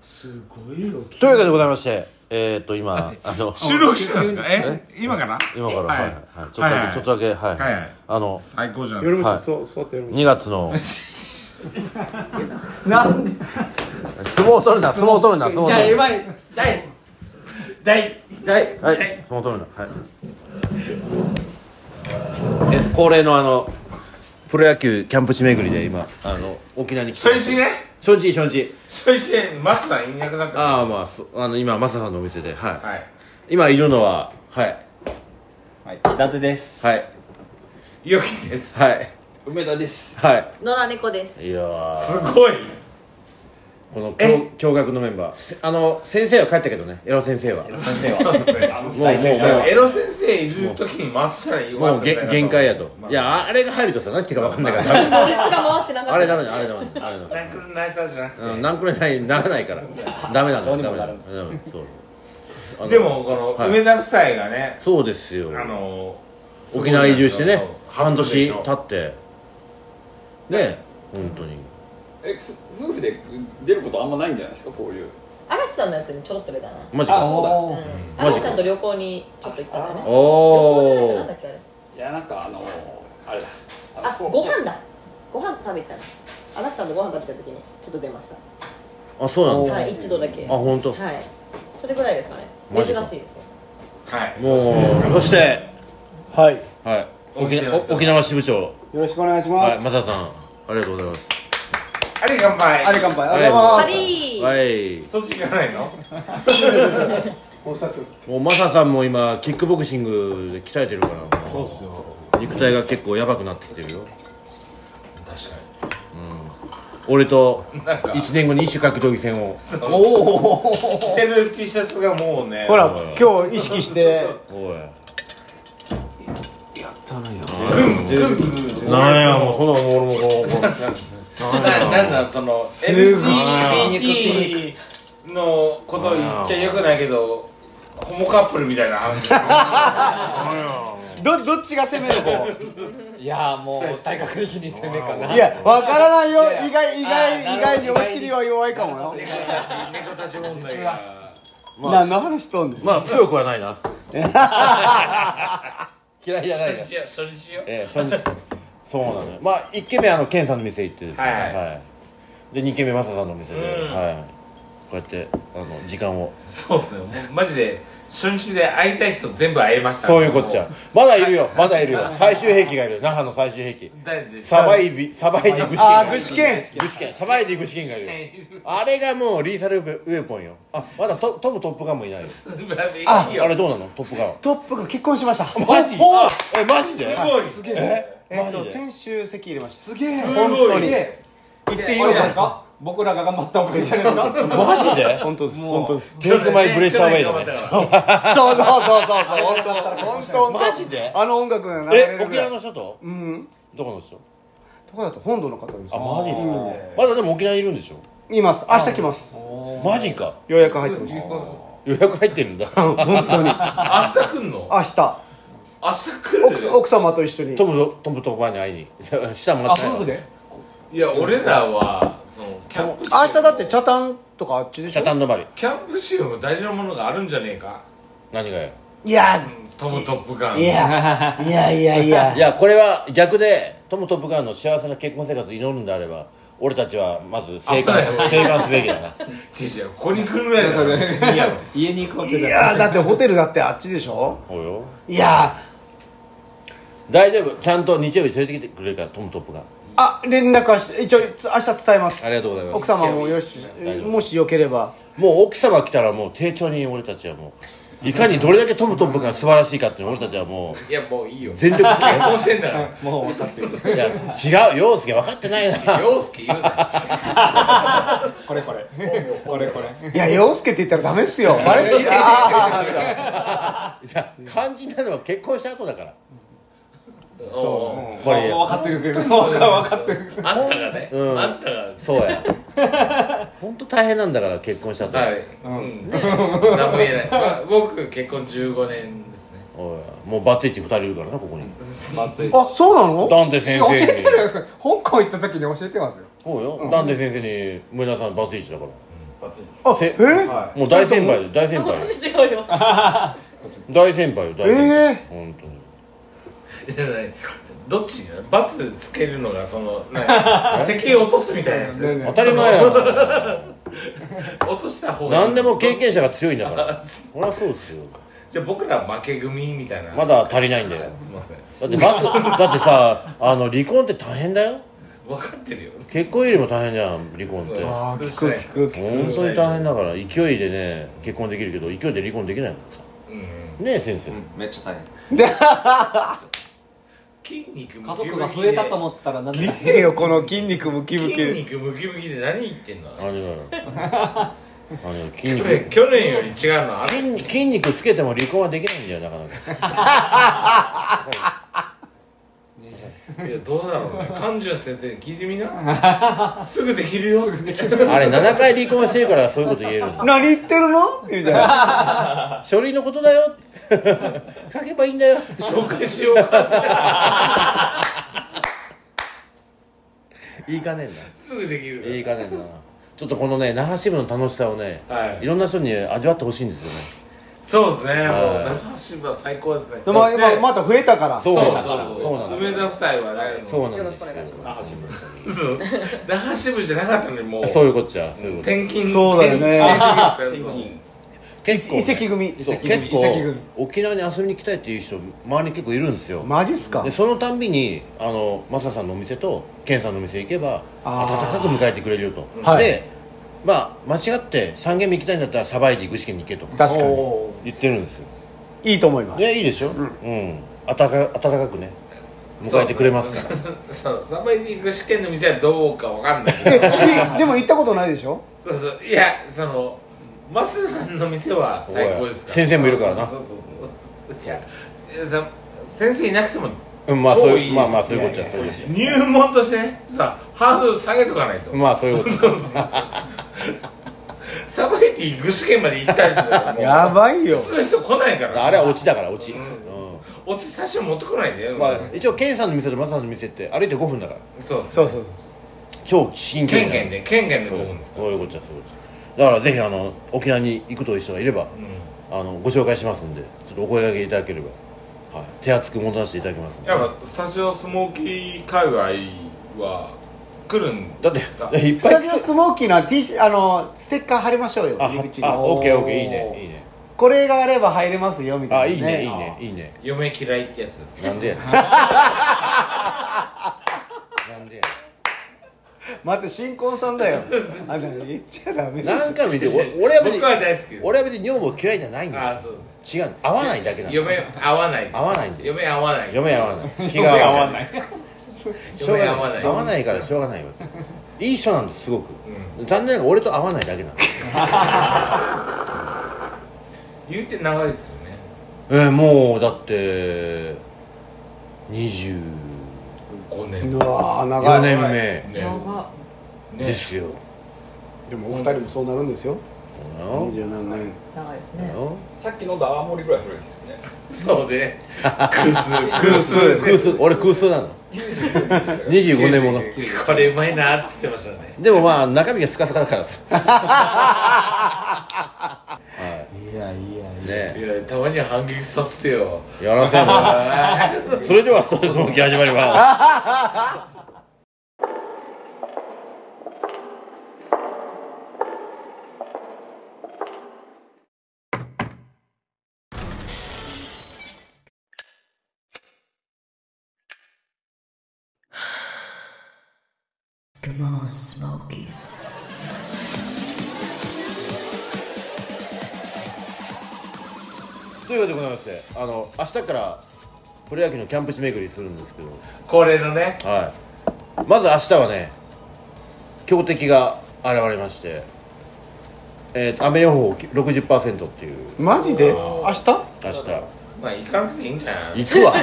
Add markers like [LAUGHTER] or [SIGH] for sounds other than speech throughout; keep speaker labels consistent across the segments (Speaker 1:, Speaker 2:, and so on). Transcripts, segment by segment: Speaker 1: すごいロケ
Speaker 2: というわけでございましてえー、っと今あの
Speaker 3: 収録してたんですかえ今から
Speaker 2: 今から
Speaker 3: は
Speaker 2: はいい、はい、ちょっとだけ、
Speaker 3: はいはい
Speaker 2: ちょっとだけはい、
Speaker 3: はいはい
Speaker 2: あの
Speaker 3: 最高じゃない
Speaker 1: やり
Speaker 3: です
Speaker 1: ましょう
Speaker 2: はい
Speaker 1: そうそうってやりまし
Speaker 2: 2月の
Speaker 4: なんで
Speaker 2: 相撲取るな相撲取るな相撲
Speaker 4: じゃあ
Speaker 2: 取る
Speaker 4: や
Speaker 2: な
Speaker 4: ばい第
Speaker 3: 第
Speaker 4: 第
Speaker 2: はい相撲取るなはいえ恒例のあのプロ野球キャンプ地巡りで今あの沖縄に来て
Speaker 3: 初日ね
Speaker 2: 初日初日
Speaker 3: 初日ねマスターいなくなった
Speaker 2: ああまあそあの今マサさんのお店ではい、
Speaker 3: はい
Speaker 2: 今いるのははい
Speaker 5: はい、伊達です。
Speaker 2: はい
Speaker 3: 良きです
Speaker 2: はい
Speaker 5: 梅田です。
Speaker 2: は
Speaker 6: 野良猫 [LAUGHS] です
Speaker 2: いいやー
Speaker 3: すごい
Speaker 2: この
Speaker 3: え
Speaker 2: 驚驚愕のメンバーせあの先生は帰ったけどねエロ先生はも
Speaker 5: 先生は。
Speaker 3: そうですねあの
Speaker 2: うもう
Speaker 5: 先生は
Speaker 3: エロ先生いる時にマスターに言わ
Speaker 2: も
Speaker 3: れ
Speaker 2: う
Speaker 3: たんだ
Speaker 2: げ
Speaker 3: よ
Speaker 2: 限
Speaker 3: な
Speaker 2: 界やと
Speaker 3: まあ
Speaker 2: いやあれが入るとさ何ていうか分かんないからダメ
Speaker 6: こいつが回ってなかった
Speaker 2: あれダメだあれダメだあれダメ
Speaker 3: ランクルナイサーじゃなくて
Speaker 2: だうん何くらいないならないからダメなん
Speaker 5: どう
Speaker 2: だよ
Speaker 5: に
Speaker 2: ダ
Speaker 5: も
Speaker 2: メ
Speaker 5: な
Speaker 2: だ
Speaker 5: ら
Speaker 2: よ
Speaker 5: な
Speaker 2: ダメだそうあの
Speaker 3: でもこの、
Speaker 2: はい
Speaker 3: 梅田夫妻がね
Speaker 2: そうですよ
Speaker 3: あのすごい
Speaker 2: 沖縄移住してね半
Speaker 3: 初で
Speaker 2: 年
Speaker 3: しょ
Speaker 2: 経ってね本当に
Speaker 5: え、ふ夫婦で出ることあんまないんじゃないですか、こういう。
Speaker 6: 嵐さんのやつにちょろっと出たな、
Speaker 2: マジか
Speaker 6: うん
Speaker 5: そ
Speaker 2: マジ
Speaker 6: 嵐さんと旅行にちょっと行ったんだよね
Speaker 2: お
Speaker 6: 旅行じゃなくて
Speaker 2: ー
Speaker 6: なんだっけあれ
Speaker 5: うだ。いや、なんか、あのあれだ。
Speaker 6: あご飯だご飯食べたの嵐さんとご飯食べた時にちょっと出ました
Speaker 2: あそうなんだ
Speaker 6: はい一度だけ
Speaker 2: あ本当。
Speaker 6: はいそれぐらいですかね
Speaker 2: マ
Speaker 6: 珍
Speaker 2: ジか
Speaker 6: しいですね
Speaker 3: はい
Speaker 2: もうそして
Speaker 1: はいよ
Speaker 2: はい沖縄
Speaker 3: 沖縄
Speaker 2: 沖縄支部長
Speaker 1: ろしくお願いしま
Speaker 2: はい
Speaker 1: す
Speaker 2: マサさんありがとうございます
Speaker 3: あれ乾杯
Speaker 1: あれ乾杯あ
Speaker 2: あ
Speaker 1: りが
Speaker 2: り
Speaker 1: とうござい
Speaker 2: がとうご
Speaker 6: パ
Speaker 1: ます
Speaker 6: リー
Speaker 2: はい
Speaker 3: そっち行かないの
Speaker 1: お酒を
Speaker 2: もうマサさんも今キックボクシングで鍛えてるから
Speaker 1: そうっすよ
Speaker 2: 肉体が結構やばくなってきてるよ
Speaker 3: 確か
Speaker 2: 俺と
Speaker 3: なんか
Speaker 2: 1年後に一種格闘技戦を
Speaker 3: に着てる T シャツがもうね
Speaker 4: ほら今日意識して
Speaker 2: おい
Speaker 3: グングングン
Speaker 2: なんやもうそんなの俺もこうこ
Speaker 3: ななんだその LGBT のことを言っちゃよくないけどホモカップルみたいな話
Speaker 4: どどっちが攻める方
Speaker 5: いや、もう、体格的に攻めかな。
Speaker 4: いやわからないよ
Speaker 5: いやいや
Speaker 4: 意外意外
Speaker 5: あー
Speaker 4: 意外にお尻は弱いかもよ
Speaker 3: 猫たち問題
Speaker 5: は
Speaker 4: 何の話しとんねん
Speaker 2: うまあ強くはないな [LAUGHS] 嫌いじゃないです
Speaker 3: 初日よ初日よ
Speaker 2: ええそうですそうなのよまあ1軒目あのケンさんの店行ってですね
Speaker 3: はいはい
Speaker 2: いで2軒目マサさんの店で
Speaker 3: うん
Speaker 2: はいこうやってあの時間を
Speaker 3: そうっすねもうマジで初日で会いたい人全部会えました
Speaker 2: そういうこっちゃまだいるよまだいるよ最終兵器がいるよ那覇の最終兵器
Speaker 3: 誰で
Speaker 2: サバイビサバイディグシ
Speaker 4: ああ具志
Speaker 2: ケンがいる
Speaker 4: 堅
Speaker 2: 具志堅サバイディグシケン
Speaker 3: [LAUGHS]
Speaker 2: がいるよあれがもうリーサルウェポンよあまだトトムトップガンもいないよ
Speaker 3: あ
Speaker 2: あれどうなのトップガン
Speaker 4: トップが結婚しました
Speaker 2: マジえマジです
Speaker 3: ごいすげえ
Speaker 4: えっ
Speaker 2: マ
Speaker 4: と
Speaker 2: ジで
Speaker 4: 先週席入れましたす
Speaker 5: げえ
Speaker 3: す
Speaker 4: 本
Speaker 3: ご
Speaker 4: 当
Speaker 3: い
Speaker 4: に
Speaker 3: ね
Speaker 4: 言っていいのか
Speaker 5: か。僕らが頑張ったおかげじゃないですか。
Speaker 2: マジで
Speaker 4: 本当です本当です
Speaker 2: テイクマイブレスアウェイだね
Speaker 4: [LAUGHS] そうそうそうそうそう本当本当
Speaker 2: マジで
Speaker 4: あの音楽が流れ
Speaker 2: え
Speaker 4: る
Speaker 2: 沖
Speaker 4: ぐら
Speaker 2: 縄
Speaker 4: い
Speaker 2: の人と
Speaker 4: うん
Speaker 2: どこの人
Speaker 4: どこだと本土の方です
Speaker 2: あマジですか
Speaker 4: うん
Speaker 2: まだでも沖縄にいるんでしょ
Speaker 4: います明日来ます
Speaker 2: マジか
Speaker 4: ようやく入ってました
Speaker 2: 予約入ってるんだ
Speaker 4: 本当に
Speaker 3: 明日来んの
Speaker 4: 明日
Speaker 3: 明日来
Speaker 4: 奥
Speaker 3: る
Speaker 4: 奥様と一緒に
Speaker 2: トムとトムとおばあに会いに [LAUGHS] 下もらってないの
Speaker 5: で。
Speaker 3: いや俺らはそのキャンプ地
Speaker 4: 明日だって茶炭とかあっちでし
Speaker 2: 北
Speaker 4: ょ
Speaker 2: 丹止まり
Speaker 3: キャンプ地でも大事なものがあるんじゃねえか
Speaker 2: 何がよ
Speaker 4: いや
Speaker 3: トム・トップガン
Speaker 4: いやいやいやいや
Speaker 2: いやこれは逆でトム・トップガンの幸せな結婚生活を祈るんであれば俺たちはまず生還
Speaker 3: 危ない
Speaker 2: 生還すべきだな
Speaker 3: 違う違うここに来るぐらいだから別にいいやろ
Speaker 5: 家に行こうっ
Speaker 4: い
Speaker 5: て。
Speaker 4: やだってホテルだってあっちでしょ
Speaker 2: おうよ
Speaker 4: いや
Speaker 2: 大丈夫ちゃんと日曜日連れてきてくれるからトム・トップガン
Speaker 4: あ連絡はし一応明日伝えます
Speaker 2: ありがとうございます
Speaker 4: 奥様もよし
Speaker 2: 大丈夫です
Speaker 4: もしよければ
Speaker 2: もう奥様来たらもう丁重に俺たちはもういかにどれだけトム・トップガン素晴らしいかっていうのを俺たちはもう
Speaker 3: いやもういいよ
Speaker 2: 全力
Speaker 3: [LAUGHS] 結婚してんだから
Speaker 5: もう分かってる。
Speaker 2: いや違う陽介分かってないな
Speaker 3: 陽介言うな
Speaker 5: これこれ。これこれ。
Speaker 4: いや陽介って言ったらダメですよバレとるあ
Speaker 2: いや肝心なのは結婚した後だから
Speaker 3: そ
Speaker 2: これ
Speaker 5: もう分かってるけど。分かってる。
Speaker 3: うあんたがね
Speaker 2: うん
Speaker 3: あんたが
Speaker 2: そうや [LAUGHS] 本当大変なんだから結婚した後、
Speaker 3: はいうん何も言えないまあ僕結婚15年ですね
Speaker 2: おいもうバツイチ2人いるからなここに
Speaker 5: 松井。
Speaker 4: あそうなの
Speaker 2: ダンテ先
Speaker 5: 教えてるじゃない
Speaker 2: 生
Speaker 5: で
Speaker 2: に
Speaker 5: すか。香港行った時に教えてますよ。
Speaker 2: そうよダンテ先生に「村田さんバツイチだから
Speaker 5: バツイチです
Speaker 4: あ
Speaker 2: せ
Speaker 4: え
Speaker 5: はい
Speaker 2: もう大先輩です大
Speaker 6: あ
Speaker 2: 先輩
Speaker 6: 私違うよ
Speaker 2: 大先輩よ大先輩、
Speaker 4: え
Speaker 2: 本当に
Speaker 3: いやねどっち罰つけるのがそのなんか敵を落とすみたいなやつ
Speaker 2: 当たり前や
Speaker 3: 落とした方がいい
Speaker 2: 何でも経験者が強いんだからそりゃそうですよ
Speaker 3: じゃあ僕ら負け組みたいな
Speaker 2: まだ足りないんだよ
Speaker 3: あすいません
Speaker 2: だって罰だってさあの離婚って大変だよ
Speaker 3: 分かってるよ
Speaker 2: 結婚よりも大変じゃん離婚って
Speaker 3: うん
Speaker 4: あー聞く聞く聞
Speaker 2: 本当に大変だから勢いでね結婚できるけど勢いで離婚できないからさ
Speaker 3: うん
Speaker 2: ねえ先生、
Speaker 5: うんめっちゃ大変
Speaker 3: 筋肉ム
Speaker 7: 家
Speaker 3: キムキで
Speaker 7: 族が増えたと思ったらなんで
Speaker 4: く見てよこの筋肉ムキムキ
Speaker 3: 筋肉ムキムキで何言ってんの
Speaker 2: あれだよあれ筋
Speaker 3: 去年
Speaker 2: 肉
Speaker 3: 去年より違うのあ
Speaker 2: 筋筋肉つけても離婚はできないんだよなかなか
Speaker 3: いやどうだろうね勘十先生に聞いてみなすぐできるよ
Speaker 2: あれ7回離婚してるからそういうこと言えるんだ
Speaker 4: 何言ってるのって言うじゃん
Speaker 2: 書類のことだよ [LAUGHS] 書けばいいんだよ
Speaker 3: 紹介しようか
Speaker 2: いいかね
Speaker 3: すぐでき
Speaker 2: えんない
Speaker 3: る
Speaker 2: いかねえんなちょっとこのね那覇支部の楽しさをね、
Speaker 3: はい
Speaker 2: い、ろんな人に味わってほしいんですよね
Speaker 3: そうですねも
Speaker 2: は
Speaker 3: う
Speaker 2: い
Speaker 3: 那覇支部は最高ですね
Speaker 4: でも今
Speaker 3: で
Speaker 4: また増えたから
Speaker 2: そう
Speaker 3: そう
Speaker 2: なんです
Speaker 3: そう
Speaker 2: そうなんで
Speaker 3: 梅田夫妻はね
Speaker 2: すそうなん
Speaker 6: よろ
Speaker 2: で
Speaker 6: し
Speaker 2: す
Speaker 6: くお願いしま
Speaker 3: そう那覇支部じゃなかったのにもう
Speaker 2: そういうことじゃそういうこと
Speaker 3: 転勤
Speaker 4: そうだよね
Speaker 3: 転
Speaker 5: [LAUGHS]
Speaker 3: 勤ですね
Speaker 2: 結
Speaker 4: 遺跡組
Speaker 2: そう
Speaker 4: 遺跡組
Speaker 2: 結
Speaker 4: 遺跡組
Speaker 2: 構沖縄に遊びに来たいっていう人周りに結構いるんですよ
Speaker 4: マジっすか
Speaker 2: でそのたんびにあのマサさんのお店とケンさんのお店行けば
Speaker 4: あー
Speaker 2: 温かく迎えてくれるよと、
Speaker 4: はい
Speaker 2: でまあ間違って三軒目行きたいんだったらサバイで行く試験に行けと
Speaker 4: 確か
Speaker 7: お
Speaker 2: 言ってるんですよ
Speaker 4: にいいと思いま
Speaker 2: い
Speaker 4: す
Speaker 2: やいいでしょうん、温か温かくね迎えてくれますから
Speaker 3: [LAUGHS] そうサバイディング試験の店はどうかわかんないけ
Speaker 4: え
Speaker 3: ど
Speaker 4: いでも行ったことないでしょ
Speaker 3: そうそういやそのマスランの店は最高ですから
Speaker 2: おい先生もいるからな
Speaker 3: そうそうそういやさ先生いなくても
Speaker 2: うんまあそう
Speaker 3: 超いい
Speaker 2: いう
Speaker 3: です
Speaker 2: まあまあそういうことじゃそういうことじ
Speaker 3: 入門としてねさハードル下げとかないと、
Speaker 2: ゃ [LAUGHS] まあそういうことじゃ
Speaker 3: サバイディング試験まで行ったりとかもう
Speaker 4: やばいよ
Speaker 3: 普通の人来ないから
Speaker 2: あれはオチだからオチ、
Speaker 3: う
Speaker 2: うんん
Speaker 3: 落ち最初持ってこないんだよ、
Speaker 2: まあ、一応ケンさんの店とマサさんの店って歩いて5分だから
Speaker 3: そうそう
Speaker 4: そうそうそう
Speaker 2: 超近距
Speaker 3: 県
Speaker 2: 離
Speaker 3: 県で県県で
Speaker 2: そう
Speaker 3: 僕ですから
Speaker 2: そういうことじゃそういうことじゃだからぜひあの沖縄に行くという人がいれば
Speaker 3: うん
Speaker 2: あのご紹介しますんでちょっとお声掛けいただければ、はい、手厚くもたらしていただきますんで
Speaker 3: やっぱスタジオスモーキー界隈は来るん
Speaker 2: だっ
Speaker 3: ですか
Speaker 2: ていっ
Speaker 4: ス
Speaker 2: ぱい
Speaker 4: タジオスモーキーの T シあのステッカー貼りましょうよ
Speaker 2: あ
Speaker 4: 入り口
Speaker 2: あ
Speaker 4: に
Speaker 2: オッケーオッケーいいねいいね
Speaker 4: これがあれば入れますよみた
Speaker 2: あ
Speaker 4: いない
Speaker 2: いねいいねいいね
Speaker 3: 嫁嫌いってやつですね
Speaker 2: なんでやね
Speaker 3: [LAUGHS]
Speaker 2: んなんでや
Speaker 4: 待って新婚さん
Speaker 2: [LAUGHS]
Speaker 4: だよあの言っちゃダメ
Speaker 2: ねん
Speaker 4: だよ
Speaker 2: 何回も言ってお俺は別に
Speaker 3: 僕は大好きです
Speaker 2: 俺は別に女房嫌いじゃないんだよ
Speaker 3: あそう
Speaker 2: 違うの合わないだけなの
Speaker 3: 嫁合わないです
Speaker 2: 合わないんだよ
Speaker 3: 嫁合わない
Speaker 2: 嫁合わない気が合わないしょう
Speaker 3: 嫁
Speaker 2: が
Speaker 3: 合わ
Speaker 2: な
Speaker 3: ないい
Speaker 2: 合わないからしょうがないわいい人なんですすごく、
Speaker 3: う
Speaker 2: 残念ながら俺と合わないだけなの
Speaker 3: 言うて長いですよね
Speaker 2: [LAUGHS] えー、もうだって24
Speaker 3: 5
Speaker 4: う
Speaker 3: 年
Speaker 4: わー長い
Speaker 2: 年目
Speaker 3: ね
Speaker 6: 長
Speaker 3: ね
Speaker 2: ですよ、
Speaker 4: でもお二人もそうなるんですよ
Speaker 2: そうなの
Speaker 4: 27
Speaker 2: そ
Speaker 4: 年
Speaker 6: 長いです
Speaker 2: うな
Speaker 6: ね
Speaker 2: の
Speaker 5: さっき飲んだ泡盛ぐらい古いですよね
Speaker 3: そうねクスクス
Speaker 2: 空数俺空数な [LAUGHS] の25年もの
Speaker 3: これうまいなって言ってましたね
Speaker 2: でもまあ中身がスカスカだからさはい
Speaker 4: やいや
Speaker 2: いね
Speaker 3: いやたまには反撃させてよ
Speaker 2: やら
Speaker 4: [LAUGHS]
Speaker 2: せんわそれではそうですもき始まりますということでございましてあの明日からプロ野球のキャンプ地巡りするんですけど
Speaker 3: 恒例のね
Speaker 2: はい、まず明日はね強敵が現れまして、えーと、雨予報60%っていう
Speaker 4: マジで明日
Speaker 2: 明日
Speaker 3: まあ行かなくていいんじゃない
Speaker 2: 行くわ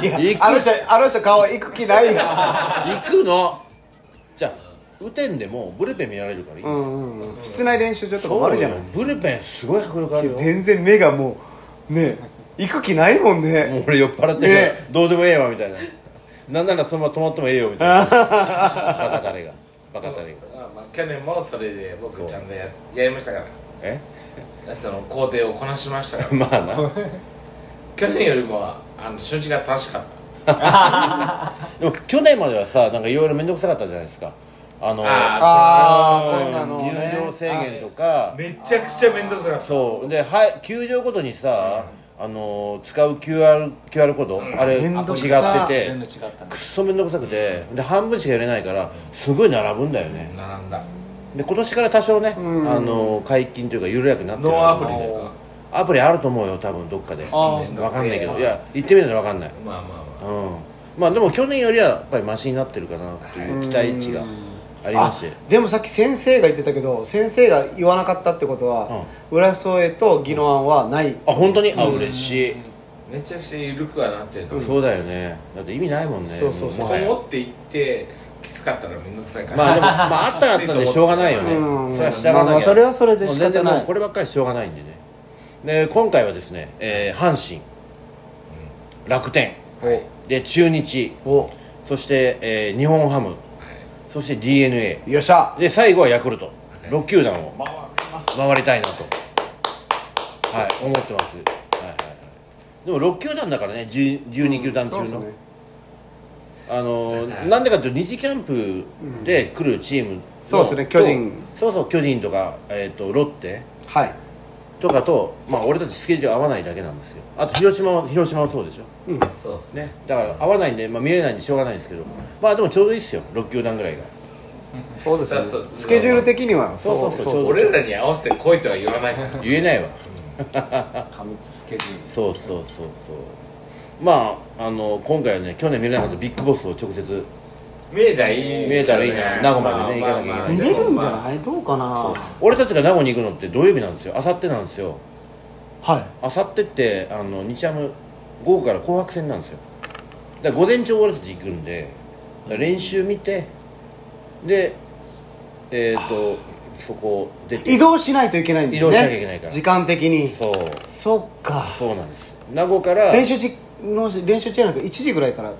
Speaker 4: いや
Speaker 2: 行く
Speaker 4: あの人あの人顔行く気ないよ
Speaker 2: 行くのじゃあ雨天でもブルペン見られるからいい、
Speaker 4: うんうんうん室内練習場とかもあるじゃない
Speaker 2: ブルペンすごい迫力あるよも
Speaker 4: 全然目がもうね行く気ないもんね
Speaker 2: う俺酔っ払ってるから、
Speaker 4: ね
Speaker 2: どうでもええわみたいな
Speaker 4: [LAUGHS]
Speaker 2: なんならそのまま止まってもええよみたいなバカタレがバカタレが
Speaker 3: あまあ去年もそれで僕ちゃんとややりましたか
Speaker 2: え [LAUGHS]
Speaker 3: らその工程をこなしましたから [LAUGHS]
Speaker 2: まあな
Speaker 3: 去年よりもあの初日が楽しかっ
Speaker 2: でも去年まではさなんかいろいろ面倒くさかったじゃないですかあの
Speaker 3: あ
Speaker 4: ー
Speaker 2: うん
Speaker 4: コロナのね
Speaker 2: 入場制限とか
Speaker 3: ためちゃくちゃ面倒くさかった
Speaker 2: そうではい球場ごとにさ、あの使う QR, QR コード、あれ違
Speaker 4: めんどくさ
Speaker 2: って
Speaker 5: 全部
Speaker 2: て
Speaker 5: 違ったね
Speaker 2: くっそめんどくさくて、で半分しか入れないからすごい並ぶんだよね、
Speaker 3: 並んだ
Speaker 2: で今年から多少ね、
Speaker 4: うん
Speaker 2: あの解禁というか緩やくなってる
Speaker 3: ノーアプリですか
Speaker 2: アプリあると思うよ多分どっかで
Speaker 5: あ
Speaker 2: わ
Speaker 5: ー
Speaker 2: かんないけどいや行ってみないとわかんない
Speaker 3: まあまあまあ
Speaker 2: うんまあでも去年よりはやっぱりマシになってるかなっていう期待値がありまして
Speaker 4: あでもさっき先生が言ってたけど先生が言わなかったってことは、浦添と宜野湾はない、
Speaker 2: あ本当にあ嬉しい、
Speaker 3: めちゃくちゃ緩くはなってると思う
Speaker 2: そうだよねだって意味ないもんね
Speaker 4: そうそうそう
Speaker 2: も
Speaker 3: こ
Speaker 2: はや
Speaker 3: もって行ってきつかったら面倒くさいから
Speaker 2: まあでも、まあ、あったらあったでしょうがないよね。
Speaker 4: うん
Speaker 2: それは従わ
Speaker 4: まあま
Speaker 2: な
Speaker 4: あ
Speaker 2: きゃ。
Speaker 4: それはそれで仕
Speaker 2: も
Speaker 4: 方ない
Speaker 2: う全然もうこればっかりしょうがないんでね。で、今回はですね、えー阪神、楽天、
Speaker 3: はい
Speaker 2: で、中日、
Speaker 4: お
Speaker 2: そして、えー日本ハム、そして DNA、
Speaker 4: よっしゃ
Speaker 2: で、最後はヤクルト、6球団を
Speaker 5: 回ります
Speaker 2: 回りたいなと、はい、思ってます。はいはいはい。でも6球団だからね、10 12球団中の。
Speaker 4: そうっすね
Speaker 2: あのー
Speaker 3: はい
Speaker 2: なんでかというと二次キャンプで来るチームの
Speaker 4: そうですね巨人
Speaker 2: とそうそう巨人とか、えー、とロッテ
Speaker 4: はい
Speaker 2: とかと、まあ、俺たちスケジュール合わないだけなんですよあと広島は広島はそうでしょ
Speaker 3: [LAUGHS] そうですね
Speaker 2: ねだから合わないんで、まあ、見れないんでしょうがないんですけどまあでもちょうどいいっすよ6球団ぐらいが
Speaker 4: そうですね
Speaker 3: そうそう
Speaker 4: スケジュール的には
Speaker 2: そうそうそう
Speaker 4: そう
Speaker 3: 俺らに合わせて来いとは言わないから
Speaker 2: 言えないわ
Speaker 5: 過密スケジュール
Speaker 2: そうそうそうそうまああの今回はね去年見れなかったビッグボスを直接
Speaker 3: 見えたらいい
Speaker 2: 見えたらいいな名護までね行かなきゃいけない
Speaker 4: 見れるんじゃ
Speaker 3: い
Speaker 4: ないどうかな
Speaker 2: 俺たちが名護に行くのって土曜日なんですよあさってなんですよ
Speaker 4: はい
Speaker 2: あさってってあの日ハム午後から紅白戦なんですよだから午前中俺たち行くんでだから練習見てでえっ、とそこ出て
Speaker 4: 移動しないといけないんですね
Speaker 2: 移動しなきゃいけないから
Speaker 4: 時間的に
Speaker 2: そう
Speaker 4: そっか
Speaker 2: そうなんです名護から
Speaker 4: 練習時の練習じゃなく1時ぐらいから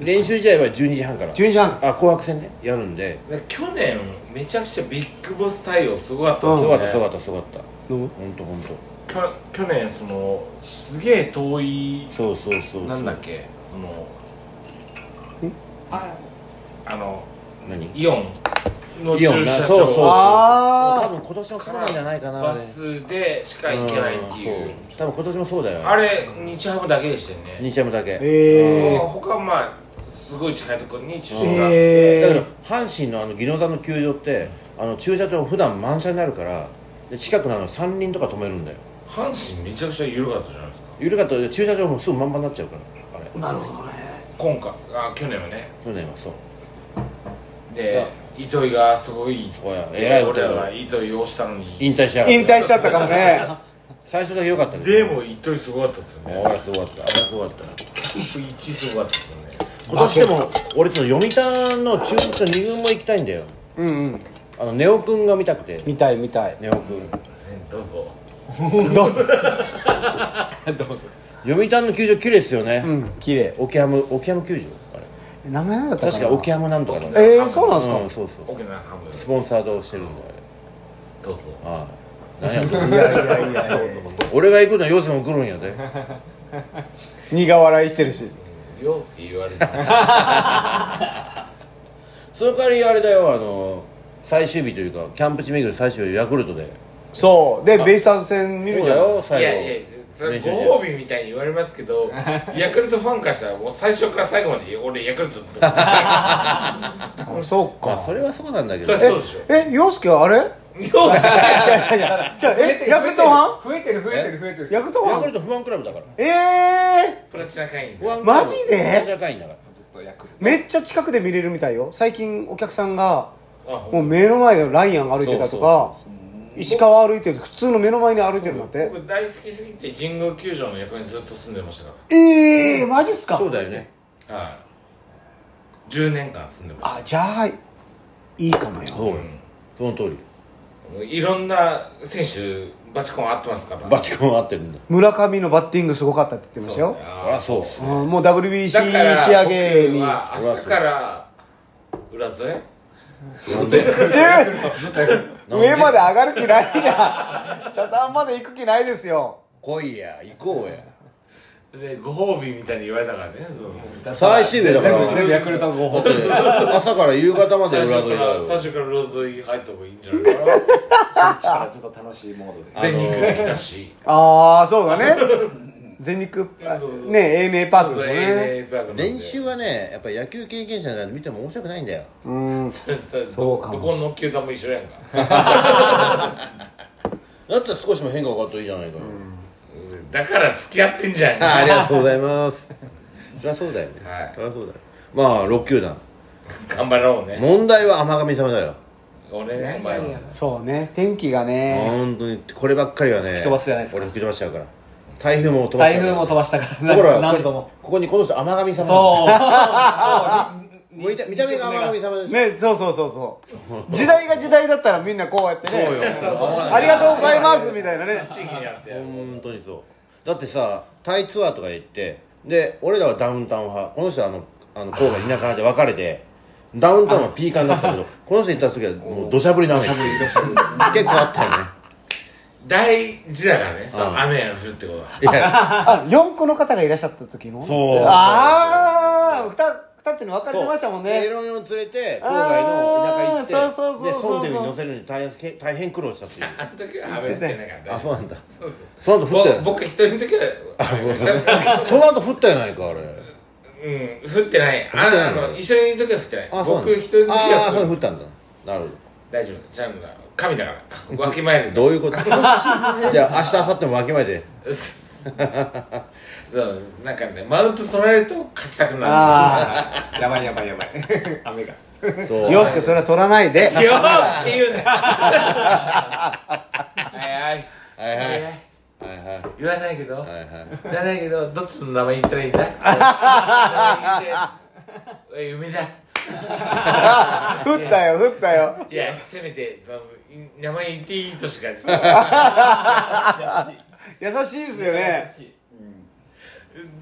Speaker 2: 練習試合は12時半から
Speaker 4: 12時半
Speaker 2: あ紅白戦ねやるんで
Speaker 3: 去年めちゃくちゃビッグボス対応すごかった
Speaker 2: す
Speaker 3: です
Speaker 2: ご
Speaker 3: よ
Speaker 2: かった
Speaker 3: ね
Speaker 2: すごかったすごかった
Speaker 4: の
Speaker 2: 本当本
Speaker 3: 去去年そのすげえ遠い
Speaker 2: 当そうそうそうそう
Speaker 3: なんだっけそのあの
Speaker 2: 何
Speaker 3: イオンの
Speaker 2: イオン
Speaker 3: 駐
Speaker 2: な
Speaker 3: 車
Speaker 2: そうそうそう
Speaker 3: 場
Speaker 2: 多
Speaker 4: あ
Speaker 2: 分今年もそ
Speaker 3: か
Speaker 2: うなんじゃないからな
Speaker 3: バスでしか行けないってい
Speaker 2: ん
Speaker 3: う
Speaker 2: そ多分今年もそうだよ
Speaker 3: あれ日ハムだけでしたよね
Speaker 2: 日ハムだけ
Speaker 4: あええ
Speaker 3: 他はまあすごい近いところに駐車場
Speaker 4: え
Speaker 2: だけ
Speaker 4: え
Speaker 2: ど阪神のあの宜野座の球場ってあの駐車場普段満車になるからで近くのあの山林とか止めるんだよ
Speaker 3: 阪神めちゃくちゃ緩かったじゃないですか
Speaker 2: 緩かったら駐車場もすぐ満帆になっちゃうからあれ
Speaker 4: なるほどね
Speaker 3: 今回あ去年はね
Speaker 2: 去年はそう
Speaker 3: で糸井がすごい
Speaker 2: そうや偉いこと
Speaker 3: 俺
Speaker 2: や
Speaker 3: らが糸井をしたのに
Speaker 2: 引退しやが
Speaker 4: 引
Speaker 2: った
Speaker 4: 退しちゃったか
Speaker 2: [LAUGHS]
Speaker 4: らね
Speaker 2: 最初だけ良かったけど
Speaker 3: でも糸井すごかったですよ
Speaker 2: あ
Speaker 3: ね
Speaker 2: れすごかったあれすごかった
Speaker 3: 1すごかったですよね
Speaker 2: 今年でも俺ちょっと読谷の中日と2軍も行きたいんだよ
Speaker 4: うんうん
Speaker 2: あのネオくんが見たくて
Speaker 4: 見たい見たい
Speaker 2: ネオくん
Speaker 3: えどうぞ
Speaker 2: 読谷の球場綺麗ですよね、
Speaker 4: うん綺麗
Speaker 2: 沖ハム沖ハム球場あれ
Speaker 4: 名前なんだったかな
Speaker 2: 確か沖ハムなんとかなんだよ
Speaker 4: えー、そうなんですか、
Speaker 2: うんそうそう
Speaker 3: 沖縄ハム
Speaker 2: スポンサードをしてるんだよあれ
Speaker 3: どうぞ
Speaker 2: ああ何やいやいやいや [LAUGHS] 俺が行くのは要するに来るんやで
Speaker 4: 苦笑いしてるし
Speaker 3: 涼介言われてます
Speaker 2: その代わりあれだよあの最終日というかキャンプ地巡る最終日ヤクルトで
Speaker 4: そうでベイスターズ戦見る
Speaker 2: そう
Speaker 4: じゃ
Speaker 2: だ
Speaker 4: ん
Speaker 2: よ
Speaker 3: いやいや
Speaker 2: [LAUGHS] 最
Speaker 3: それ
Speaker 2: 練習試合
Speaker 3: ご褒美みたいに言われますけ
Speaker 2: [LAUGHS]
Speaker 3: どヤクルトファンからしたらもう最初から最後まで俺ヤクルト
Speaker 2: [LAUGHS]
Speaker 3: だ
Speaker 4: あそう
Speaker 2: 後ま
Speaker 4: か
Speaker 2: あそれはそうなんだけ
Speaker 3: そ
Speaker 2: ど
Speaker 3: りゃそうでしょ
Speaker 4: え洋介はあれ
Speaker 3: 涼介
Speaker 4: じゃあじゃあじゃあえヤクルトファ
Speaker 5: 増えてる増えてる増えて
Speaker 4: ン
Speaker 5: る
Speaker 4: ヤクルトフ
Speaker 2: ヤク
Speaker 4: ァ
Speaker 2: ル
Speaker 4: ン
Speaker 2: ト不安クラブだから
Speaker 4: ええ
Speaker 3: プラチナ会員
Speaker 2: 不安クラブ
Speaker 4: マジで
Speaker 2: 不安高いんだから
Speaker 5: ずっとヤクル
Speaker 4: ー、めっちゃ近くで見れるみたいよ最近お客さんが
Speaker 3: あ
Speaker 4: もう目の前でライアン歩いてたとか石川歩いてる普通の目の前に歩いてるんだって
Speaker 3: 僕大好きすぎて神宮球場の横にずっと住んでましたか
Speaker 4: ええー、マジっすか
Speaker 2: そうだよね
Speaker 3: らはい10年間住んでまし
Speaker 4: あじゃあいいかもよ
Speaker 2: そうよその通り
Speaker 3: たもういろんな選手バチコン合ってますから
Speaker 2: バチコン合ってるんだ
Speaker 4: 村上のバッティングすごかったって言ってましたよ
Speaker 2: あらそうっす
Speaker 4: うんもう WBC
Speaker 3: だから
Speaker 4: 仕上げに
Speaker 3: 僕は明日から浦添
Speaker 2: なんで
Speaker 4: え
Speaker 3: ずっとやる
Speaker 2: なん
Speaker 4: 上まで上がる気ないやん茶壇まで行く気ないですよ
Speaker 2: 来いや行こうや
Speaker 3: でご褒美みたいに言われたからねその
Speaker 2: 最終日だから
Speaker 1: 全部ヤクルトご
Speaker 2: だって [LAUGHS] 朝から夕方まで
Speaker 3: 最
Speaker 2: 裏
Speaker 3: 初
Speaker 2: 食い
Speaker 3: か
Speaker 2: だ
Speaker 3: ら
Speaker 2: よ
Speaker 3: 最初からローズイ入った方がいいんじゃないかな
Speaker 5: からちょっと楽しいモードで
Speaker 2: あのー
Speaker 3: 全肉が来たし
Speaker 4: ああそうだね全日空
Speaker 3: そうそう
Speaker 4: ねえ ANA パークですもんね
Speaker 2: 練習はねやっぱ野球経験者なんて見ても面白くないんだよ
Speaker 4: うん
Speaker 3: そうかどこの球団も一緒やんか
Speaker 2: だったら少しも変化があったらいいじゃないかよ
Speaker 3: だから付き合ってんじゃん
Speaker 2: あありがとうございます [LAUGHS] そりゃそうだよね、
Speaker 3: はい
Speaker 2: そりゃそうだよまあ6球団
Speaker 3: 頑張ろうね
Speaker 2: 問題は天神様だよ
Speaker 3: 俺ねお前は
Speaker 4: そうね天気がね
Speaker 2: 本当にこればっかりはね
Speaker 7: 吹き飛ばすじゃないですか
Speaker 2: 俺吹き飛ばしちゃうから台風も飛ば
Speaker 7: 台
Speaker 2: しちゃう
Speaker 7: 風も飛ばしたか
Speaker 2: と
Speaker 7: ら
Speaker 2: ころが
Speaker 7: な [LAUGHS] 何度
Speaker 2: こ
Speaker 7: も
Speaker 2: ここにこの人天神
Speaker 7: そ
Speaker 2: 様
Speaker 7: う
Speaker 2: もう見た見た目が天神様でしょ、
Speaker 4: ねそうそうそうそう時代が時代だったらみんなこうやって
Speaker 2: そう [LAUGHS] よ
Speaker 4: ねありがとうございますみたいなね
Speaker 3: 地域にあって
Speaker 2: 本当にそうだってさタイツアーとか行ってで俺らはダウンタウン派この人はあのあの郊外田舎派で別れてダウンタウンはピーカンだったけ
Speaker 4: [LAUGHS]
Speaker 2: どこの人行った時はもう土砂降りなわけですよ結構あった
Speaker 4: [LAUGHS]
Speaker 2: よね
Speaker 3: 大事だからねそ
Speaker 2: うん
Speaker 3: の雨が降るってことはい
Speaker 2: や
Speaker 4: あ四個の方がいらっしゃった時の
Speaker 2: そう
Speaker 4: ああ二二つに分かれてましたもん
Speaker 2: そうでい
Speaker 4: ね
Speaker 2: ろいろ連れて郊外の田舎
Speaker 4: あーそう
Speaker 2: 行っ
Speaker 4: そう
Speaker 2: て
Speaker 4: そう
Speaker 2: で
Speaker 4: そう
Speaker 2: ソンデに乗せるのに大変大変苦労したっていう
Speaker 3: あの時は雨降ってな
Speaker 2: あ
Speaker 3: かっ
Speaker 2: そうなんだ
Speaker 3: そう
Speaker 2: その後
Speaker 3: た
Speaker 2: 降ったよ
Speaker 3: ぼ僕一人の時は雨降ってなかっ
Speaker 2: その後降ったやないかあれ
Speaker 3: たうん降ってないあのあの一緒にいる時は降ってない
Speaker 2: あそうなんだ
Speaker 3: 僕一人の時
Speaker 2: ああそう
Speaker 3: は
Speaker 2: 降ったんだなるほど
Speaker 3: 大丈夫ちゃんが神だからわきまえる
Speaker 2: どういう
Speaker 4: [LAUGHS]
Speaker 2: ことじゃあ明日明後日もわきまえて
Speaker 3: そうなんかねマウント取られると勝ちたくな
Speaker 4: あ
Speaker 7: やばいやばいやばい [LAUGHS] 雨が
Speaker 2: そう
Speaker 4: あ洋介それは取らないで
Speaker 3: るよーって
Speaker 2: [LAUGHS]
Speaker 3: 言うねはい
Speaker 2: はい
Speaker 3: はい
Speaker 2: は
Speaker 3: は
Speaker 2: いはい
Speaker 3: いはい
Speaker 2: はい
Speaker 3: 言わないけど
Speaker 2: はいはい
Speaker 3: 言わないけどどっちの名前言ったらいいんだ [LAUGHS] 名前言っておい梅田
Speaker 4: 降ったよ降ったよ
Speaker 3: いやせめてそのい名前言っていい人しか
Speaker 4: 優しいですよね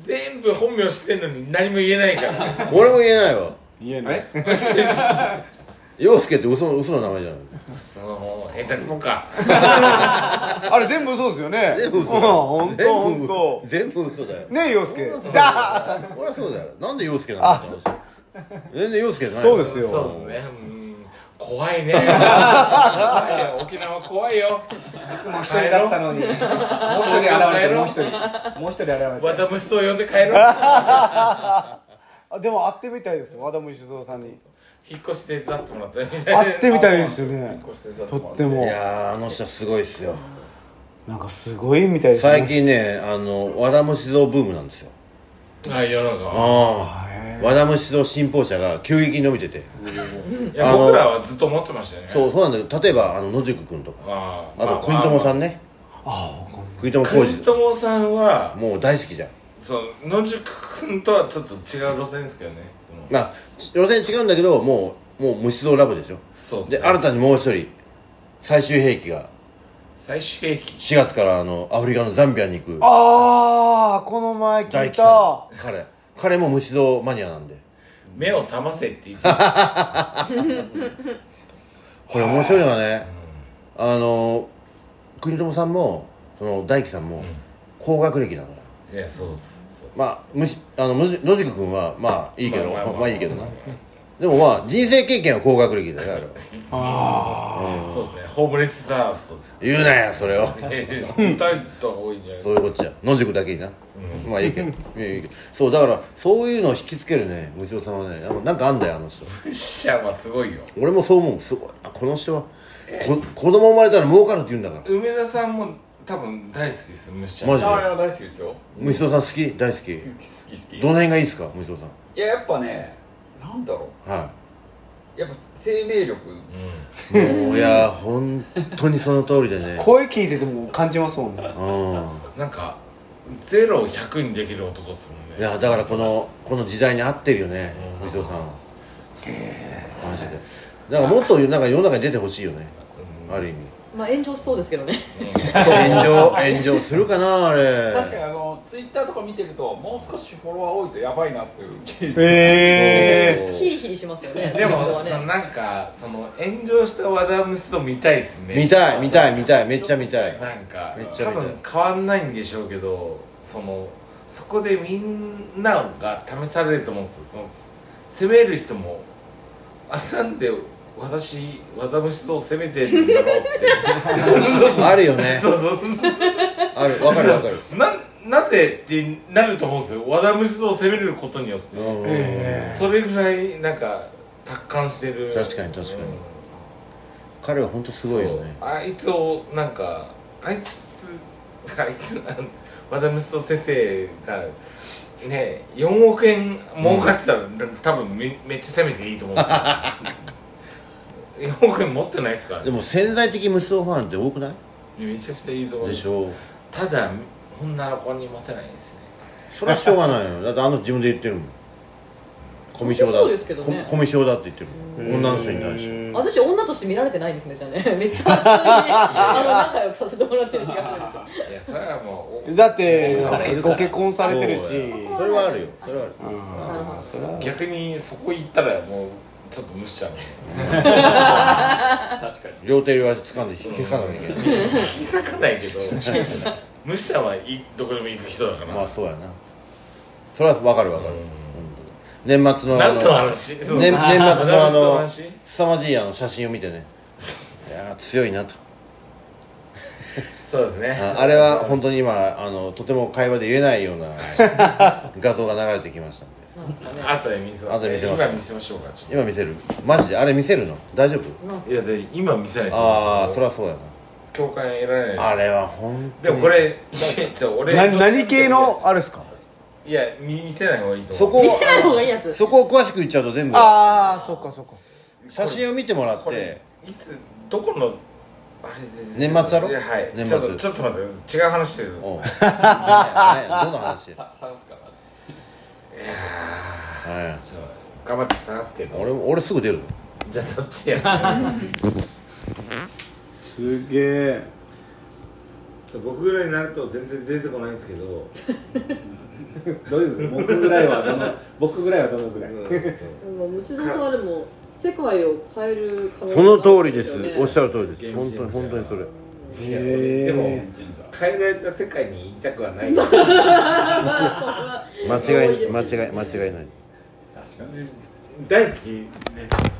Speaker 3: 全部本名してんのに何も言えないからね
Speaker 2: 俺も言えないわ
Speaker 4: 言えない
Speaker 2: [LAUGHS] 洋介って嘘の嘘の名前じゃない
Speaker 3: もう下手くそか
Speaker 4: あれ全部嘘ですよね
Speaker 2: 全部
Speaker 4: うん本当本当
Speaker 2: 嘘全部嘘だよ
Speaker 4: ねえ洋介 [LAUGHS] だ
Speaker 2: 俺はそうだよなんで洋介なんだ全然洋介じゃない
Speaker 4: そうですよ
Speaker 3: そうですねうん怖 [LAUGHS] いね怖いよ沖縄怖いよ
Speaker 7: いつも一人だったのにもう一人現れてもう一人もう一人現れ
Speaker 3: わ
Speaker 7: て
Speaker 3: た虫と呼んで帰ろう
Speaker 4: あでも会ってみたいですよ和田虫蔵さんに
Speaker 3: 引っ越し手伝ってもらったみたいな
Speaker 4: 会ってみたいですよ
Speaker 3: 引
Speaker 4: ね
Speaker 3: っ越し手伝って
Speaker 4: と
Speaker 3: もら
Speaker 4: っ
Speaker 3: って
Speaker 2: い
Speaker 4: も
Speaker 2: やーあの人はすごいっすよ
Speaker 4: なんかすごいみたいですね
Speaker 2: 最近ねあの和田虫蔵ブームなんですよ
Speaker 3: てあ世の中は
Speaker 2: ああ和田虫蔵信奉者が急激に伸びてて
Speaker 3: いや
Speaker 2: あの
Speaker 3: 僕らはずっと思ってましたよね
Speaker 2: そうそうなんだよ例えばあの野宿君とか
Speaker 3: あ
Speaker 2: あと国友さんね国友
Speaker 3: 国
Speaker 2: 浩二
Speaker 3: 友さんは
Speaker 2: もう大好きじゃん
Speaker 3: そう野宿君とはちょっと違う路線ですけどねその
Speaker 2: まあ路線違うんだけどもうもう虫蔵ラブでしょ
Speaker 3: そう
Speaker 2: で新たにもう一人最終兵器が
Speaker 3: 最終兵器
Speaker 2: 4月からあのアフリカのザンビアに行く
Speaker 4: ああこの前聞
Speaker 2: 大
Speaker 4: い
Speaker 2: 輝さ
Speaker 4: た
Speaker 2: ん彼彼も虫蔵マニアなんで
Speaker 3: 目を覚ませって
Speaker 2: [LAUGHS]
Speaker 3: 言ってた
Speaker 2: これ面白いのはねあの国友さんもその大輝さんも高学歴なのよ
Speaker 3: いやそうですそうです
Speaker 2: まあ虫あの野宿野宿君はまあいいけど
Speaker 3: ま
Speaker 2: ま
Speaker 3: あ
Speaker 2: あ
Speaker 3: まあまあ
Speaker 2: いいけどなでもまあ人生経験は高学歴だよあれは
Speaker 3: そうですねホームレスス [LAUGHS] タートです
Speaker 2: 言うなよそれを
Speaker 3: 歌った方がいいんじゃないです
Speaker 2: そう
Speaker 3: か
Speaker 2: いうこっちゃ野宿だけにな、まあいいけどいやいいけどそうだからそういうのを引きつけるね無償さんはねあのなんかあんだよあの人
Speaker 3: クッシャンはすごいよ
Speaker 2: 俺もそう思うすごいあこの人はこ子供生まれたら儲かるって言うんだから
Speaker 3: 梅田さんも多分大好きですムシちゃん
Speaker 2: マジ
Speaker 5: ああれは大好きですよ
Speaker 2: で無償さん好き大好き
Speaker 5: 好き好き
Speaker 2: どの辺がいいですか無償さん
Speaker 5: いややっぱねなんだろ
Speaker 2: は
Speaker 5: うやっぱ生命力
Speaker 2: いもういや本当にその通りでね
Speaker 4: 声聞いてても感じますもんね
Speaker 2: う
Speaker 3: なんかゼロを100にできる男ですも
Speaker 2: ん
Speaker 3: んね
Speaker 2: いやだからこのこの時代に合ってるよね無償さんはマジでだからもっとなんか世の中に出てほしいよねある意味
Speaker 6: まあ炎上しそうですけどね
Speaker 2: 炎上炎上するかなあれ
Speaker 5: 確かにあのツイッターとか見てるともう少しフォロワー多いとやばいなっていうケース
Speaker 4: え
Speaker 2: そう
Speaker 6: ヒリヒリしますよね
Speaker 3: で
Speaker 6: そこ
Speaker 3: も、
Speaker 6: はね
Speaker 3: そのなんかその炎上した和田虫と見たいですね
Speaker 2: 見たい見たい見たいめっちゃ見たい
Speaker 3: なんか
Speaker 2: めっちゃ
Speaker 3: 多
Speaker 2: 見たい
Speaker 3: 分変わんないんでしょうけどそのそこでみんなが試されると思うんですよその攻める人もあなんで私和田虫と攻めてるんだろう
Speaker 2: あるよ
Speaker 3: って
Speaker 2: ね
Speaker 3: そうそう
Speaker 2: あるわかるわかる
Speaker 3: ななぜってなると思うんですよ和田虫を攻めることによって、
Speaker 2: うん
Speaker 3: それぐらいなんか達観してる
Speaker 2: 確かに確かに
Speaker 3: うん
Speaker 2: 彼は本当すごいよね
Speaker 3: そうあいつをなんかあいつあいつあの和田虫と先生がね4億円儲かってたら、多分めめっちゃ攻めていいと思うんですよ [LAUGHS] 4億円持ってないですから
Speaker 2: でも潜在的無双ファンって多くない
Speaker 3: めちゃくちゃいいと思う
Speaker 2: でしょ
Speaker 3: ただ女の子にモテないですね
Speaker 2: それはしょうがないよだってあの自分で言ってるもんコミュ障だ
Speaker 6: そうですけどね
Speaker 2: ココミュ障だって言ってるもん女の人に対して
Speaker 6: 私女として見られてないんですねじゃあね [LAUGHS] めっちゃ普通にあの仲良くさせてもらってる気がするんですよ
Speaker 3: いやそれはもう
Speaker 4: ーだって
Speaker 7: そうだよ
Speaker 4: ご結婚されてるし
Speaker 2: そうそれはあるよそれはある
Speaker 6: なるほど
Speaker 4: それは
Speaker 3: 逆にそこ行ったらもうちょっと無視しちゃうね
Speaker 5: 確かに
Speaker 2: 両手両足掴んで引きかかなきゃいけない
Speaker 3: 引き裂かない
Speaker 2: [LAUGHS]
Speaker 3: けど無視ちゃんはいどこでも行く人だから、
Speaker 2: まあそうやなそれはわかるわかるうん年末のあ
Speaker 3: なん
Speaker 2: の
Speaker 3: と話そう
Speaker 2: 年年末のあ
Speaker 3: そう
Speaker 2: の
Speaker 3: 話
Speaker 2: 凄まじいあの写真を見てねいやー強いなと
Speaker 3: そうですね
Speaker 2: ああれは本当に今あのとても会話で言えないような画像が流れてきましたんで
Speaker 6: なんですかね
Speaker 3: 後で見せます
Speaker 2: 後で見せます
Speaker 3: 今見せましょうかちょ
Speaker 2: 今見せるマジであれ見せるの大丈夫
Speaker 6: なんす
Speaker 3: っといやで今見せないと
Speaker 2: ああそ
Speaker 3: れ
Speaker 2: りゃそうや
Speaker 3: 共感得られない
Speaker 2: なあれは本
Speaker 3: で
Speaker 2: 当に
Speaker 3: もこれいやちょ俺
Speaker 4: 何何系のあれですか
Speaker 3: いや見見せない方がいいと思
Speaker 2: そこを
Speaker 3: う
Speaker 6: 見せない方がいいやつ
Speaker 2: そこを詳しく言っちゃうと全部
Speaker 4: ああそっかそっか
Speaker 2: 写真を見てもらっ
Speaker 3: これ
Speaker 2: て
Speaker 3: いつどこのあれで
Speaker 2: 年末だろ
Speaker 3: いやはい
Speaker 2: 年
Speaker 3: ちょ
Speaker 2: 末
Speaker 3: っとちょっと待って違う話してるいや
Speaker 2: おう何や何やどの話
Speaker 5: さ探すから
Speaker 2: は
Speaker 3: ーちょっと頑張って探すけ
Speaker 2: い
Speaker 3: ど
Speaker 2: 俺も俺すぐ出るの
Speaker 3: じゃあそっちや
Speaker 1: すげえ
Speaker 3: 僕ぐらいになると全然出てこないんですけど
Speaker 7: どういう僕ぐらいはどの僕ぐらいはどのぐらい
Speaker 6: もう虫蔵さんはでも世界を変える可能性
Speaker 2: そ
Speaker 6: があ
Speaker 2: の通り
Speaker 6: るん
Speaker 2: で
Speaker 6: よ
Speaker 2: す
Speaker 6: ね
Speaker 2: おっ
Speaker 6: [LAUGHS]
Speaker 2: しゃる通りです
Speaker 3: ゲーム
Speaker 2: 本
Speaker 3: 人
Speaker 2: 当に本当にそれ
Speaker 3: でも
Speaker 5: 神社
Speaker 3: 変えられた世界にいたくはない
Speaker 2: 間違い間違い間違いない
Speaker 5: 確かに
Speaker 3: 大好きです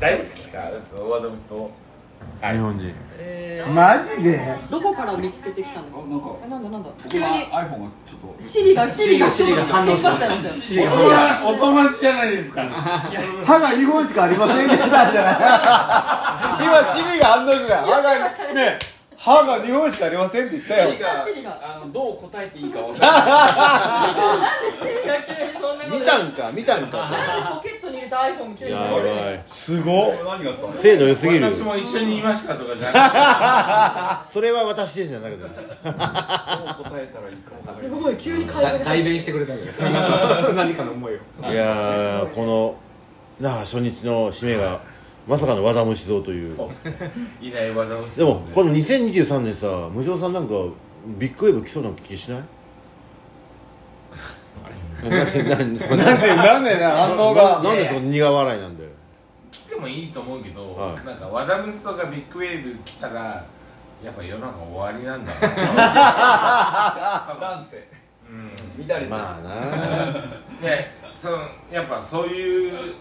Speaker 3: 大好きかワードミスを
Speaker 2: 日本人
Speaker 6: え
Speaker 1: マジで
Speaker 6: ーどこから見つけてきたんですか
Speaker 5: なんか
Speaker 6: えなんだなんだ
Speaker 5: 僕
Speaker 6: 急
Speaker 5: の
Speaker 6: に
Speaker 5: iPhone がちょっと
Speaker 6: シリがシリが
Speaker 7: シリが反応した
Speaker 6: 消しちゃいましたよ
Speaker 7: シリが
Speaker 6: シリが
Speaker 3: お友達じゃないですか
Speaker 1: 歯が2本しかありませんけどなんじゃない
Speaker 4: 今シリが反応してた歯がね歯が2本しかありませんって言ったよ
Speaker 6: シリが
Speaker 5: あのどう答えていいかわからない
Speaker 6: なんでシリが急にそんなこと [LAUGHS]
Speaker 2: 見たんか見たんか
Speaker 6: なんでポケットに入れた iPhone 急に
Speaker 2: やばい
Speaker 4: すごっ
Speaker 5: 何があったの
Speaker 2: 精度良すぎる
Speaker 3: 私も一緒にいましたとかじゃなくて
Speaker 2: それは私ですじゃなくて
Speaker 5: どう答えたらいいかわから
Speaker 6: す
Speaker 5: ない
Speaker 6: ごい急に会話
Speaker 7: だ
Speaker 6: に
Speaker 7: 代
Speaker 6: 入る
Speaker 7: 弁してくれたんだよ [LAUGHS] 何かの思いを
Speaker 2: いやーこのなあ初日の締めがまさかの和田無志蔵という
Speaker 3: いない和田ミス
Speaker 2: でもこの2023年さ無常さんなんかビッグウェーブ来そうな気しないなんでなんでそんな
Speaker 4: なんでなんでね反応
Speaker 2: な
Speaker 4: が
Speaker 2: なんでその苦笑いなんだよ
Speaker 3: 来てもいいと思うけど、
Speaker 2: はい
Speaker 3: なんか和田ムスとかビッグウェーブ来たらやっぱ世の中終わりなんだな
Speaker 5: 乱世
Speaker 3: うん
Speaker 5: 乱れて
Speaker 2: まあな
Speaker 3: ねそのやっぱそういう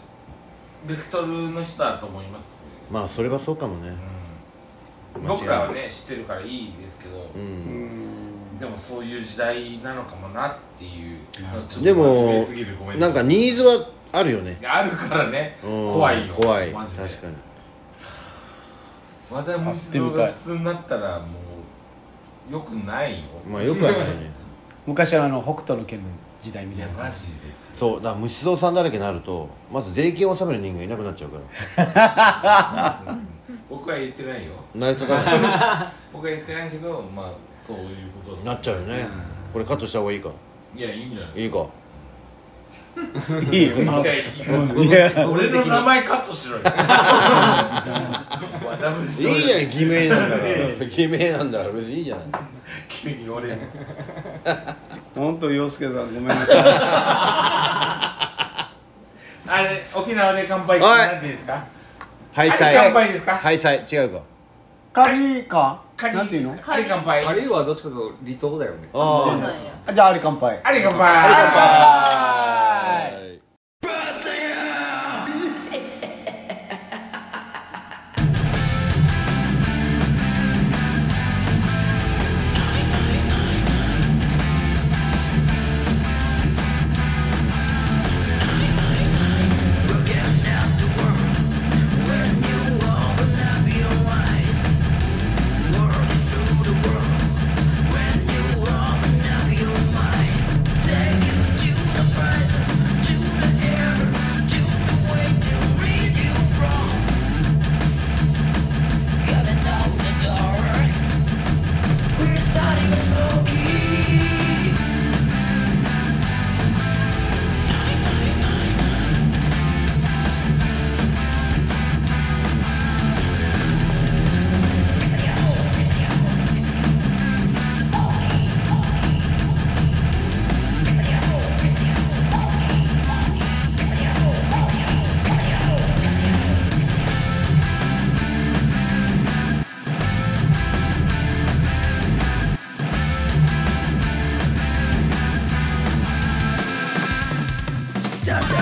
Speaker 3: ベクトルの人だと思います、
Speaker 2: まあそれはそうかもね
Speaker 3: うん、僕らはね知ってるからいいですけど、
Speaker 2: うん
Speaker 3: でもそういう時代なのかもなっていう、そのちょっと
Speaker 2: でも
Speaker 3: 真面目すぎるごめん
Speaker 2: なんかニーズはあるよね
Speaker 3: あるからね、
Speaker 2: うん
Speaker 3: 怖いよ
Speaker 2: 怖い
Speaker 3: マ
Speaker 2: 確
Speaker 3: ジで
Speaker 2: かに
Speaker 3: まだ虫像が普通になったらもうよくないよ
Speaker 2: まあよくはないね
Speaker 1: 昔はあの北斗の拳の時代み
Speaker 3: い
Speaker 1: た
Speaker 3: や
Speaker 1: いな
Speaker 3: マジです
Speaker 2: そうだから虫蔵さんだらけになるとまず税金を納める人間いなくなっちゃうから
Speaker 3: 僕は言ってないよ
Speaker 2: 成り立たない
Speaker 3: 僕は言ってないけどまあそういうことです
Speaker 2: なっちゃうよねこれカットした方がいいか
Speaker 3: いやいいんじゃない
Speaker 2: いいか
Speaker 4: いいよ
Speaker 3: い
Speaker 4: まあ [LAUGHS]
Speaker 3: やい
Speaker 4: うんいや
Speaker 3: や俺の名前カットし [LAUGHS] ろよ渡辺
Speaker 2: いいじゃん偽名なんだから [LAUGHS] 偽名なんだから別にいいじゃない
Speaker 3: 急に俺の
Speaker 4: 本当洋介さんごめんなさい
Speaker 3: あれ沖縄で乾杯って何ていうんですか
Speaker 2: ハイサイ
Speaker 3: 乾杯ですか
Speaker 2: ハイサイ違うか
Speaker 4: カリーか
Speaker 3: 仮
Speaker 4: なんていうの
Speaker 3: あれ乾杯
Speaker 5: あるいはどっちかというと離島だよね
Speaker 6: そうな
Speaker 2: あ
Speaker 6: んや
Speaker 4: あじゃああれ乾杯
Speaker 3: あれ乾杯
Speaker 2: あ
Speaker 3: あ
Speaker 2: はい
Speaker 8: 「